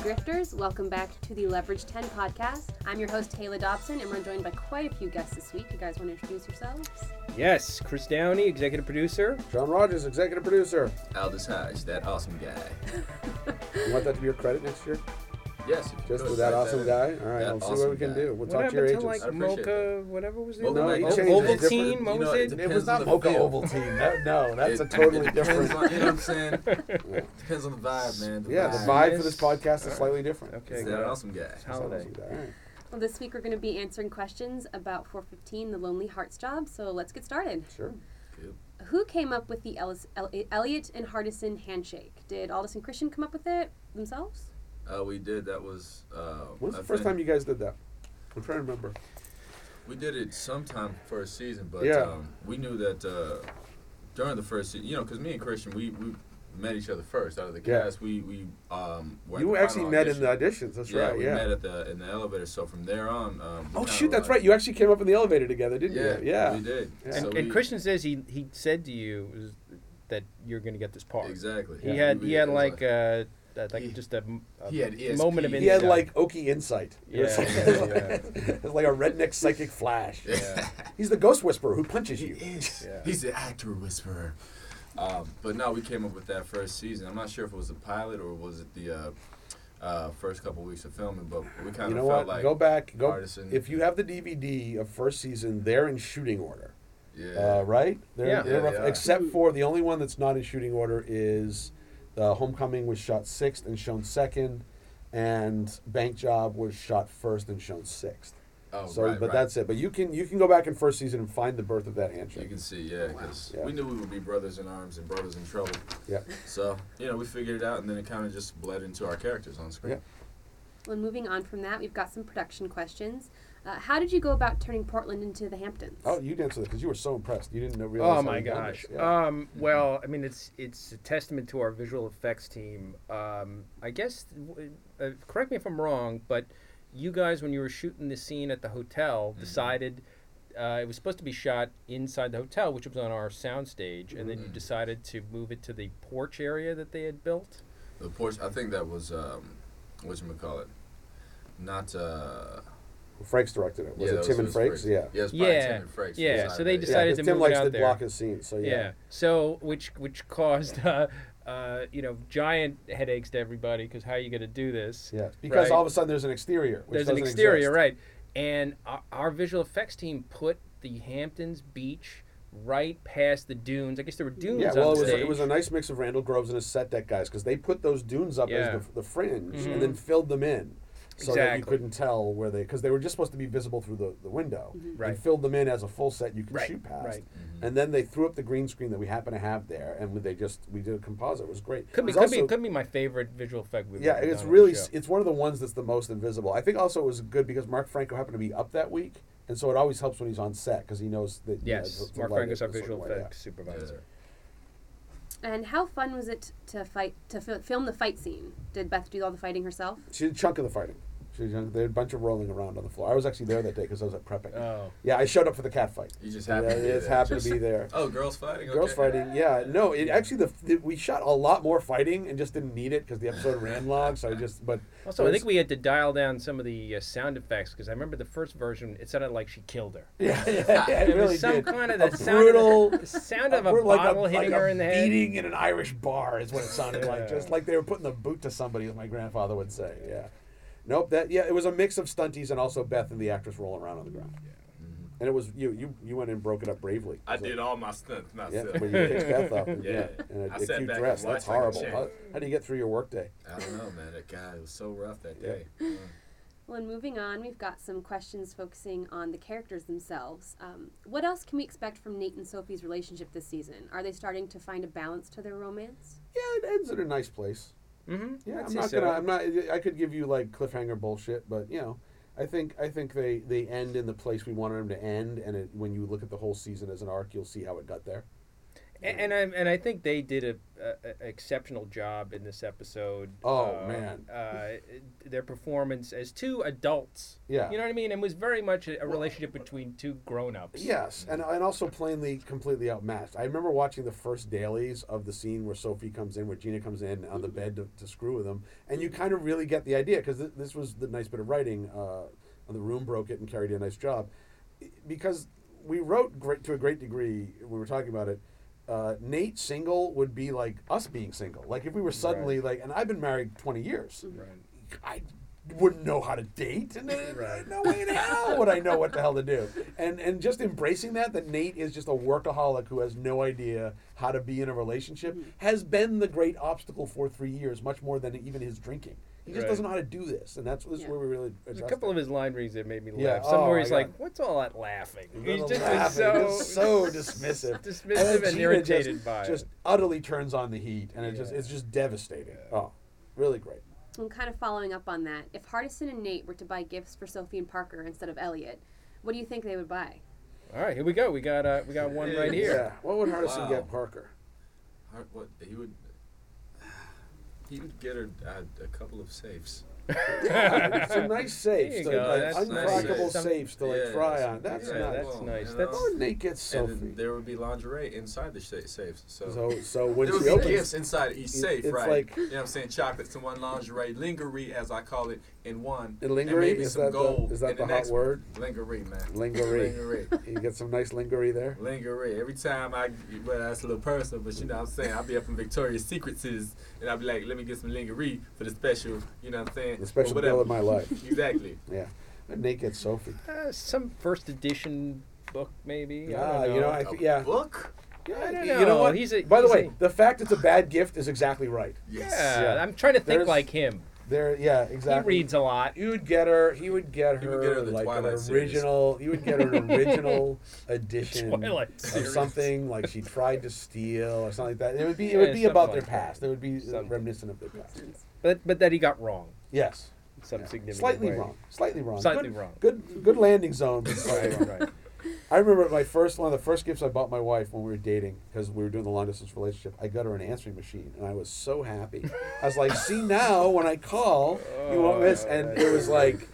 grifters. Welcome back to the Leverage 10 podcast. I'm your host, Taylor Dobson, and we're joined by quite a few guests this week. You guys want to introduce yourselves? Yes, Chris Downey, executive producer. John Rogers, executive producer. Aldous Hodge, that awesome guy. You want that to be your credit next year? Yes, if you Just could with that type awesome in. guy? All right, That I'll see awesome what we can guy. do. We'll what talk to your happened to agents. like I appreciate Mocha, whatever was it? Mocha No, he Oval- changed it. Oval Different- Team, you what know, was it it? depends on the feel. Team. That- no, that's It- a totally it depends different. On, you know what I'm saying? depends on the vibe, man. Yeah, the vibe for this podcast is slightly different. Okay, Is good. that awesome guy? Sounds Holiday. like that. All right. Well, this week we're going to be answering questions about 415, the Lonely Hearts Job, so let's get started. Sure. Cool. Who came up with the Ellis, El- Elliot and Hardison handshake? Did Aldous and Christian come up with it themselves? Uh, we did. That was. Uh, When's I the first think time you guys did that? I'm trying to remember. We did it sometime first season, but Yeah. um, we knew that uh, during the first season, you know, because me and Christian, we, we met each other first out of the Yeah. cast. We we um. were at You the final actually met in the audition. auditions. That's yeah, right. we yeah. met at the in the elevator. So from there on, um, we oh kinda shoot, that's were right. like- You actually came up in the elevator together, didn't Yeah, you? Yeah. we did. Yeah. And, So and we- Christian says he, he said to you is that you're going to get this part. Exactly. He had We- he we- had it was like uh, uh, like He- just a, m- a he had ESP. moment of He insight. He had like Okie insight. It was Yeah, like, yeah, it was like a redneck psychic flash. yeah. He's the ghost whisperer who punches He you. is. Yeah. He's the actor whisperer. Um, but no, we came up with that first season. I'm not sure if it was the pilot or was it the uh, uh, first couple weeks of filming, but we kind of You know felt what? like go back. Go artisan. if you have the DVD of first season, they're in shooting order, yeah, Oh, uh, right? They're, Yeah. they're Yeah, rough- they are. except for the only one that's not in shooting order is the Homecoming was shot sixth and shown second, and Bank Job was shot first and shown sixth. oh, so, right, but right. that's it. But you can you can go back in first season and find the birth of that you handshake. can see, yeah, because Yeah. we knew we would be brothers in arms and brothers in trouble. Yeah. So you know, we figured it out, and then it kind of just bled into our characters on screen. Yeah. Well, moving on from that, we've got some production questions. Uh, how did you go about turning Portland into the Hamptons? Oh, you danced with it because you were so impressed. You didn't know realize. Oh how my you'd done gosh. this. Yeah. Mm-hmm. Um, well, I mean, it's it's a testament to our visual effects team. Um, I guess, w- uh, correct me if I'm wrong, but you guys, when you were shooting the scene at the hotel, Mm-hmm. decided uh, it was supposed to be shot inside the hotel, which was on our soundstage, and then Mm-hmm. you decided to move it to the porch area that they had built. The Porsche, I think that was um, what you call it, not uh, Frakes directed it. Was yeah, it that Tim and it was Frakes? Yeah. yeah, it was probably Tim Yeah. and Frakes. Yeah, so they that, Yeah, decided 'cause to move Tim it likes out to there. block his scenes, so Yeah. So which which caused uh, uh, you know giant headaches to everybody because how are you going to do this? Yeah, because Right. all of a sudden there's an exterior. Which There's an doesn't exterior, exist. right? And our, our visual effects team put the Hamptons beach right past the dunes. I guess there were dunes Yeah, on well, it the was, stage. it was a nice mix of Randall Groves and his set deck guys because they put those dunes up Yeah. Mm-hmm. as the, the fringe and then filled them in so that you Exactly. couldn't tell where they because they were just supposed to be visible through the, the window Mm-hmm. Right. and filled them in as a full set you could Right, shoot past right. and then they threw up the green screen that we happen to have there and they just we did a composite it was great could It be, was could be, also- could be my favorite visual effect. We've yeah ever it's done on really the s- show. it's one of the ones that's the most invisible i think also it was good because mark franco happened to be up that week and so it always helps when he's on set because he knows that you know, yes. the- the Mark light Frank is is our a certain visual way, yeah. effects supervisor. And how fun was it to fight to f- film the fight scene? Did Beth do all the fighting herself? She did a chunk of the fighting. She did a chunk- they had a bunch of rolling around on the floor. I was actually there that day because I was at prepping. Oh. Yeah, I showed up for the cat fight. You just Yeah, happened to be it there. happened Just- to be there. Oh, girls fighting. Okay. Girls fighting, yeah. No, it actually the, the we shot a lot more fighting and just didn't need it because the episode ran long. So I just but Also, I think we had to dial down some of the uh, sound effects because I remember the first version. It sounded like she killed her. yeah, yeah, yeah, it It was really some did. kind of A the sound of the- brutal- the sound of a We're like bottle like hitting a her in the head. beating in an Irish bar is what it sounded Yeah. like. Just like they were putting the boot to somebody, as my grandfather would say. Yeah. Nope. That yeah, it was a mix of stunties and also Beth and the actress rolling around on the ground. And it was you. You you went and broke it up bravely. It Mm-hmm. I was like- did all my stunts Yeah, myself. when you picked Beth up, and, yeah, Yeah. and I a, a sat cute back and dress. That's watched like a horrible. champ. How, how do you get through your workday? I don't know, man. That guy was so rough that Yeah. day. Uh, Well, and moving on, we've got some questions focusing on the characters themselves. Um, what else can we expect from Nate and Sophie's relationship this season? Are they starting to find a balance to their romance? Yeah, it ends in a nice place. Mm-hmm. Yeah, I'm not gonna. I'm not. I could give you like cliffhanger bullshit, but you know, I think I think they they end in the place we wanted them to end, and it, when you look at the whole season as an arc, you'll see how it got there. A- And I and I think they did a, a, a- exceptional job in this episode. Oh, Um, man. uh, their performance as two adults. Yeah. you know what I mean. And was very much a, a relationship between two grown-ups. Yes, and and also plainly completely outmatched. I remember watching the first dailies of the scene where Sophie comes in, where Gina comes in on the bed to, to screw with him, and you kind of really get the idea because th- this was the nice bit of writing. Uh, the room broke it and Carrie did a nice job, I- because we wrote great to a great degree. when We were talking about it. Uh, Nate single would be like us being single. Like if we were suddenly like, and I've been married twenty years. Mm-hmm. I wouldn't know how to date, and then, no way in hell would I know what the hell to do. And and just embracing that that Nate is just a workaholic who has no idea how to be in a relationship Mm-hmm. has been the great obstacle for three years, much more than even his drinking. He just Right. doesn't know how to do this, and that's this is Yeah. where we really There's a addressed couple it. of his line reads that made me laugh. Yeah, Some oh where my he's God. like, "What's all that laughing?" You're He's gonna just laugh was at it. so Just so dismissive, dismissive and then Gina irritated just, by it. Just utterly turns on the heat, and it just it's just devastating. Oh, really great. And kind of following up on that, if Hardison and Nate were to buy gifts for Sophie and Parker instead of Elliot, what do you think they would buy? All right, here we go. We got uh, we got one right here. Yeah. What would Hardison Wow. get Parker? Har- What he would. He would get her uh, a couple of safes. some nice safes, There you to, go, like, that's nice. uncrackable Some- safes to like Yeah, fry some- on. That's yeah, nice. that's well, nice. you That's- know? How would Nate get and Sophie? then there would be lingerie inside the sa- safes. So, so so when there would she be opens, gifts inside each it- safe, it's right? like- you know what I'm saying? Chocolates in one lingerie, lingerie as I call it, in one. And lingerie, maybe is some that the- gold is that in the hot next one. word? Lingerie, man. Lingerie. Lingerie. you get some nice lingerie there. Lingerie. Every time I, well, that's a little personal, but you know what I'm saying? I'll be up in Victoria's Secrets and I'll be like, let me get some lingerie for the special, you know what I'm saying? The or special whatever. bill of my life. Exactly. Yeah, and Nate gets Sophie. Uh, some first edition book, maybe. Ah, I don't know. you know, I th- yeah. Book? I don't You know know. what? He's a- By the he's way, a- the fact it's a bad gift is exactly right. Yes. yeah, Yeah. I'm trying to think There's- like him. There, yeah, exactly. He reads a lot. You would get her. He would get her, He would get her the like an Twilight series. original. You would get her an original edition Twilight of series. something like she tried to steal or something like that. It would be. It would Yeah, be something about their like that. past. It would be Something. reminiscent of their past. But but that he got wrong. Yes. in Some significant Slightly way. wrong. Slightly wrong. Slightly good, wrong. Good. Good landing zone. But slightly Right, wrong. right. I remember my first one of the first gifts I bought my wife when we were dating because we were doing the long distance relationship. I got her an answering machine, and I was so happy. I was like, "See now, when I call, you Oh, won't miss." And it was like,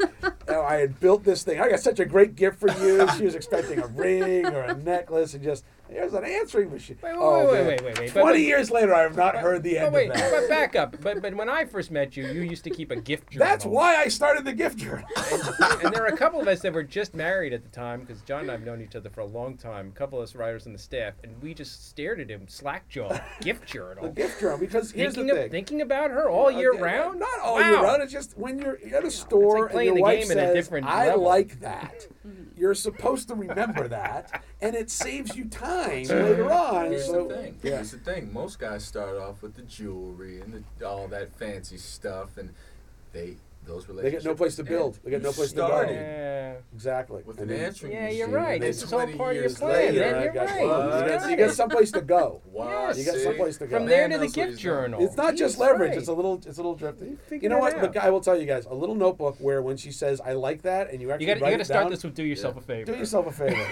oh, I had built this thing. I got such a great gift for you. She was expecting a ring or a necklace, and just here's an answering machine. Wait, wait, Oh, wait, wait, man. wait, wait, wait. But- Twenty but- years later, I have not heard the But end wait, of that. but back up. But but when I first met you, you used to keep a gift journal. That's why I started the gift journal. and there were a couple of us that were just married at the time because John and I've known each other for a long time. A couple of us writers on the staff, and we just stared at him slack jawed, gift the journal, gift journal because here's thinking the of, thing. thinking about her all year Okay, round. Not all wow. year round. It's just when you're at a store and playing your the wife game says, at a different "I level." like that." you're supposed to remember that, and it saves you time later on. Here's so, the thing. Yeah. Here's the thing. Most guys start off with the jewelry and the, all that fancy stuff, and they those They relationships. get no place to end. build. They get You no place started to go. Yeah. Exactly. With And an then- answering Yeah, you're machine, right. and then This is all 20 part of your years plan, later, man. I You're got right. you. You What? got, you got someplace to go. Wow, Yes. You got see? someplace to go. From Man there to the knows what gift he's doing. journal. It's not He just is leverage. right. It's a little. It's a little drifting. figured You know it what? But out. I will tell you guys a little notebook where when she says, "I like that," and you You actually gotta, you write gotta it start down, this with do yourself a favor. Do yourself a favor.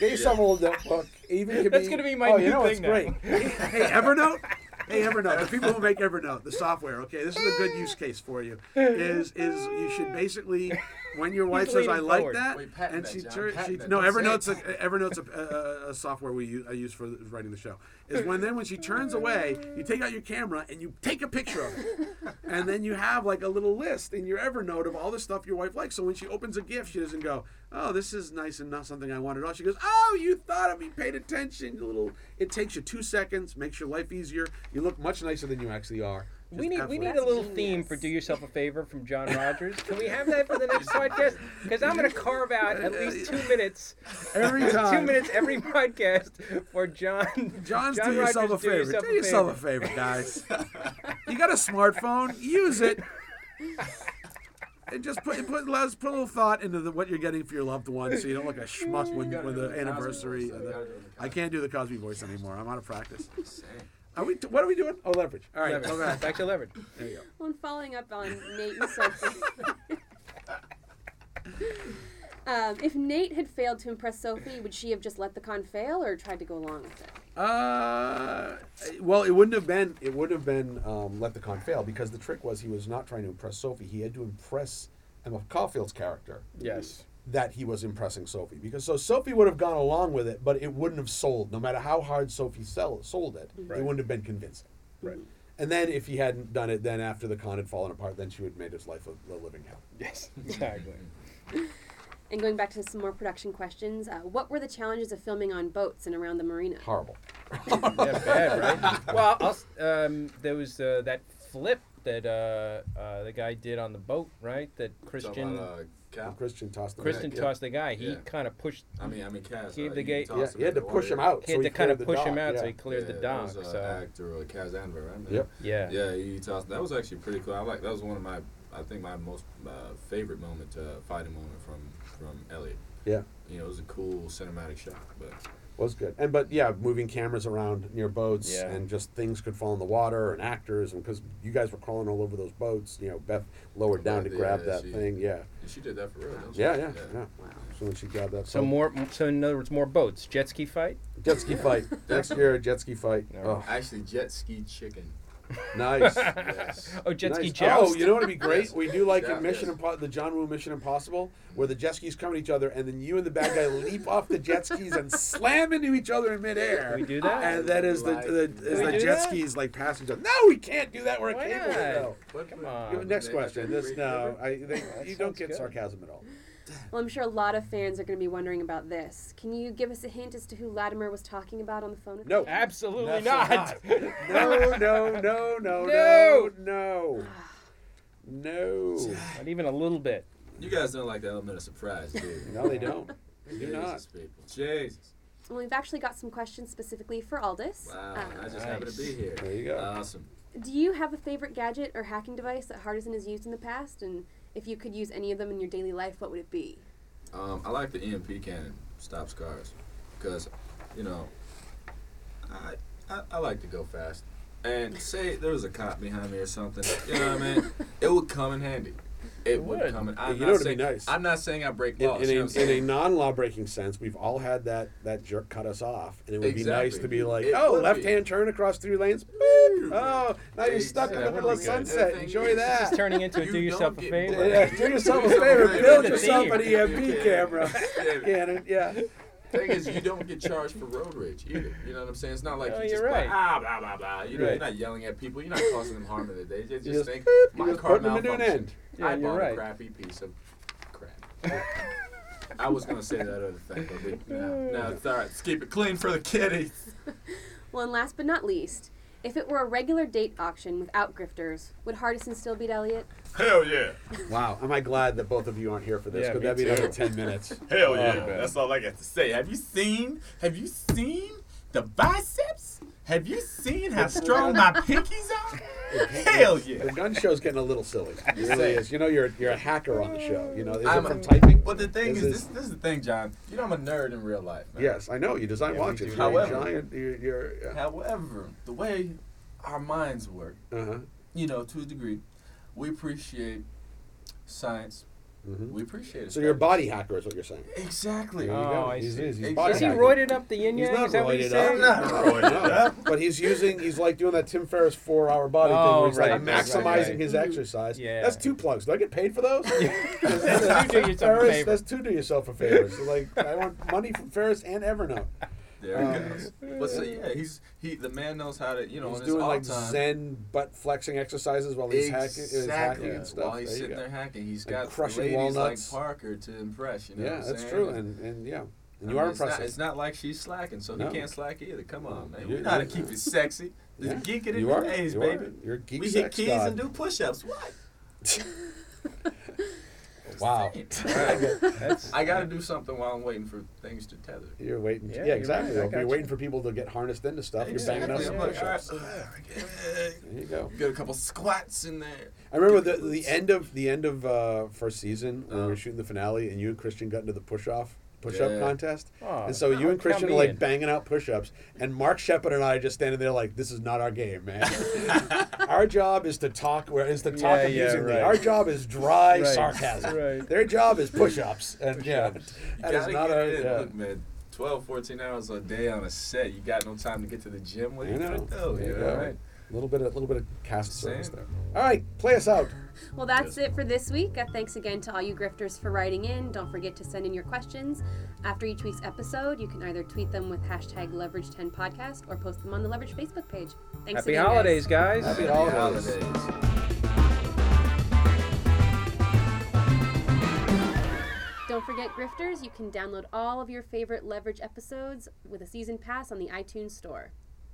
Get yourself a little notebook. Even it could That's gonna be my oh, new you know thing now. It's great. hey, Evernote. Hey, Evernote. The people who make Evernote, the software. Okay, this is a good use case for you. Is is you should basically. When your wife says, leaning "I like forward. that," Wait, patent and that, she, John, tur- she patent that. no, Don't say it. Evernote's a, Evernote's a, a, a software we use, I use for the- writing the show. Is when then when she turns away, you take out your camera and you take a picture of it, and then you have like a little list in your Evernote of all the stuff your wife likes. So when she opens a gift, she doesn't go, "Oh, this is nice and not something I wanted." at All she goes, "Oh, you thought of me, paid attention." You little. It takes you two seconds, makes your life easier. You look much nicer than you actually are. We Just need we absolutely- need a That's little theme for genius. "Do Yourself a Favor" from John Rogers. Can we have that for the next podcast? Because I'm going to carve out at least two minutes, every two time. minutes every podcast for John. John's John do yourself Rogers, a favor. do yourself a favor, guys. you got a smartphone? Use it. And just put put let's put a little thought into the, what you're getting for your loved one, so you don't look a schmuck when, gotta when do the the Cosby anniversary. voice, of you the- gotta do the I can't do the Cosby voice anymore. I'm out of practice. Same. Are we? What are we doing? Oh, leverage. All right, Leverage. go back. Back to leverage. There you go. Well, and following up on Nate and Sophie. Um, if Nate had failed to impress Sophie, would she have just let the con fail or tried to go along with it? Uh, well, it wouldn't have been. It would have been um, let the con fail because the trick was he was not trying to impress Sophie. He had to impress Emma Caulfield's character Yes. that he was impressing Sophie because so Sophie would have gone along with it, but it wouldn't have sold. No matter how hard Sophie sell, sold it, Right. it wouldn't have been convincing. Right. And then if he hadn't done it, then after the con had fallen apart, then she would have made his life a, a living hell. Yes. Exactly. And going back to some more production questions, uh, what were the challenges of filming on boats and around the marina? Horrible. yeah, bad, right? Well, I'll, s- um, there was uh, that flip that uh, uh, the guy did on the boat, right? That Christian About, uh, Cal. Christian tossed. the Christian bag. tossed the guy. He Yeah. kind of pushed. I mean, I mean, Kaz. Gave uh, the you gate- Yeah, toss yeah, him he had in to the push him water. out. He had so to he kind of cleared the push him dock, out so yeah. he cleared Yeah, the that dock. was, uh, so actor uh, Kaz Anver, right? man? Yep. yeah. Yeah, he tossed. That was actually pretty cool. I like that was one of my, I think my most uh, favorite moment, uh, fighting moment from from Elliot. Yeah. You know, it was a cool cinematic shot, but was good. And but yeah, moving cameras around near boats Yeah. and just things could fall in the water and actors and because you guys were crawling all over those boats, you know, Beth lowered down to Yeah, grab yeah, that she- thing. Yeah. and she did that for real. That Yeah, yeah, yeah. So when she grabbed that, So boat- more. So in other words, more boats. Jet ski fight. jet ski fight next year. Jet ski fight. No. Oh, Actually, jet ski chicken. nice. Yes. Oh, jet ski Nice. joust. Oh, you know what would be great? We do like Yeah, a Mission yes. Impo- the John Woo Mission Impossible, where the jet skis come at each other, and then you and the bad guy leap off the jet skis and slam into each other in midair. We do that? and then as the, Like- the as We the do jet that? skis like pass each other. No, we can't do that. We're a Why cable. not? No. What- Come what- on. what- Um, Next they- question. they- This they- no, I they, that you don't sounds get good. sarcasm at all. Well, I'm sure a lot of fans are going to be wondering about this. Can you give us a hint as to who Latimer was talking about on the phone? with No. you? Ah. Absolutely not. Absolutely No, no, no, no, No. no, no, no. Not even a little bit. You guys don't like the element of surprise, do you? No, they don't. They do Jesus, not. people. Jesus. Well, we've actually got some questions specifically for Aldous. Wow. Uh, I just happen to be Nice. here. There you go. Awesome. do you have a favorite gadget or hacking device that Hardison has used in the past? And if you could use any of them in your daily life, what would it be? Um, I like the EMP cannon, stops cars, because, you know, I, I I like to go fast. And say there was a cop behind me or something, you know what I mean? It would come in handy. It, would. would. come in. I'm You not know what'd be saying, nice? I'm not saying I break In, laws. in you know a, what I'm saying? in a non-law-breaking sense, we've all had that that jerk cut us off, and it would be nice Exactly. to be like, It "Oh, would be. left-hand turn across three lanes." Boop. Oh, now you're stuck in Exactly. the middle of That would be good. sunset. The thing Enjoy is- This is that. turning into a You do yourself a don't get favor. paid. Yeah, do yourself a favor. Build yourself an EMP E camera. Cannon, yeah. thing is, you don't get charged for road rage either. You know what I'm saying? It's not like Oh, you just you're right. like, ah blah blah blah. You know, Right. you're not yelling at people. You're not causing them harm in the day. You just, just think boop, my you're just car putting them to an malfunctioned. end. Yeah, I you're bought right. a crappy piece of crap. I was gonna say that other thing, but we, no, no, it's all right. Let's keep it clean for the kiddies. Well, and last but not least, if it were a regular date auction without grifters, would Hardison still beat Elliot? Hell yeah, Wow, am I glad that both of you aren't here for this? Yeah, Could me that be too. another ten minutes? hell yeah. man. That's all I got to say. Have you seen? Have you seen the biceps? Have you seen how strong my pinkies are? Hell yeah. The gun show's getting a little silly. It really saying. is. You know, you're you're a hacker on the show. You know, is I'm it from a- typing? But the thing Is is, this- this, this is the thing, John. You know, I'm a nerd in real life, man. Yes, I know. You design Yeah, we do. watches. You're a However- giant. You're. you're yeah. However, the way our minds work, uh-huh. you know, to a degree, we appreciate science. Mhm. We appreciate it. So you're a body hacker, is what you're saying. Exactly. Um, There you Oh, go. I he's, see. He's, he's Is body Is he hacking. roided up the yin He's yang? not Is that what roided he's up. saying? not roided up. But he's using, he's like doing that Tim Ferriss four hour body Oh, thing where he's like right, right, maximizing right. his exercise. Yeah. That's two plugs. Do I get paid for those? That's two do yourself a Ferris, favor. that's two do yourself a favor. So like, I want money from Ferris and Evernote. There Um, it goes. But so yeah, he's he the man knows how to you know He's in his doing all like time. Zen butt flexing exercises while he's hacking, is hacking and stuff. While he's There you sitting go. there hacking, he's And got crushing ladies walnuts. like Parker to impress. You know what Yeah, I'm that's saying? true. And, and yeah, and you I are mean, it's not- impressive. It's not like she's slacking, so No. he can't slack either. Come on, man. You- We know how to you- keep it sexy. The Yeah. geek it in you the are, days, you are. baby. You're a geek we hit sex keys god. and do push-ups. What? Wow. That's- I gotta do something while I'm waiting for things to tether. You're waiting. Yeah, Yeah, you're exactly. right, I You're gotcha. waiting for people to get harnessed into stuff. You're banging out Exactly. some I'm push like, all ups. right, uh, There you go. Get a couple squats in there. I remember the, the end of the end of uh, first season when we Uh-huh. Uh. were shooting the finale, and you and Christian got into the push off push up Yeah. contest. Aw, and so oh, you and Christian count are me like in. banging out push ups, and Mark Shepard and I are just standing there like, "This is not our game, man. our job is to talk. Where is to talk Yeah, yeah, amusingly. right. Our job is dry Right, sarcasm. right. Their job is push ups, and yeah, You that is gotta not get our. it in. yeah. Look, man. 12, 14 hours a day on a set. You got no time to get to the gym. What are I you gonna know. do? There You you know go. what I mean? A little bit of little bit of cast Same. service there. All right, play us out. Well, that's it for this week. Uh, thanks again to all you grifters for writing in. Don't forget to send in your questions. After each week's episode, you can either tweet them with hashtag Leverage10Podcast or post them on the Leverage Facebook page. Thanks Happy again, guys. holidays, guys. Happy Happy holidays. holidays. Don't forget, grifters, you can download all of your favorite Leverage episodes with a season pass on the iTunes Store.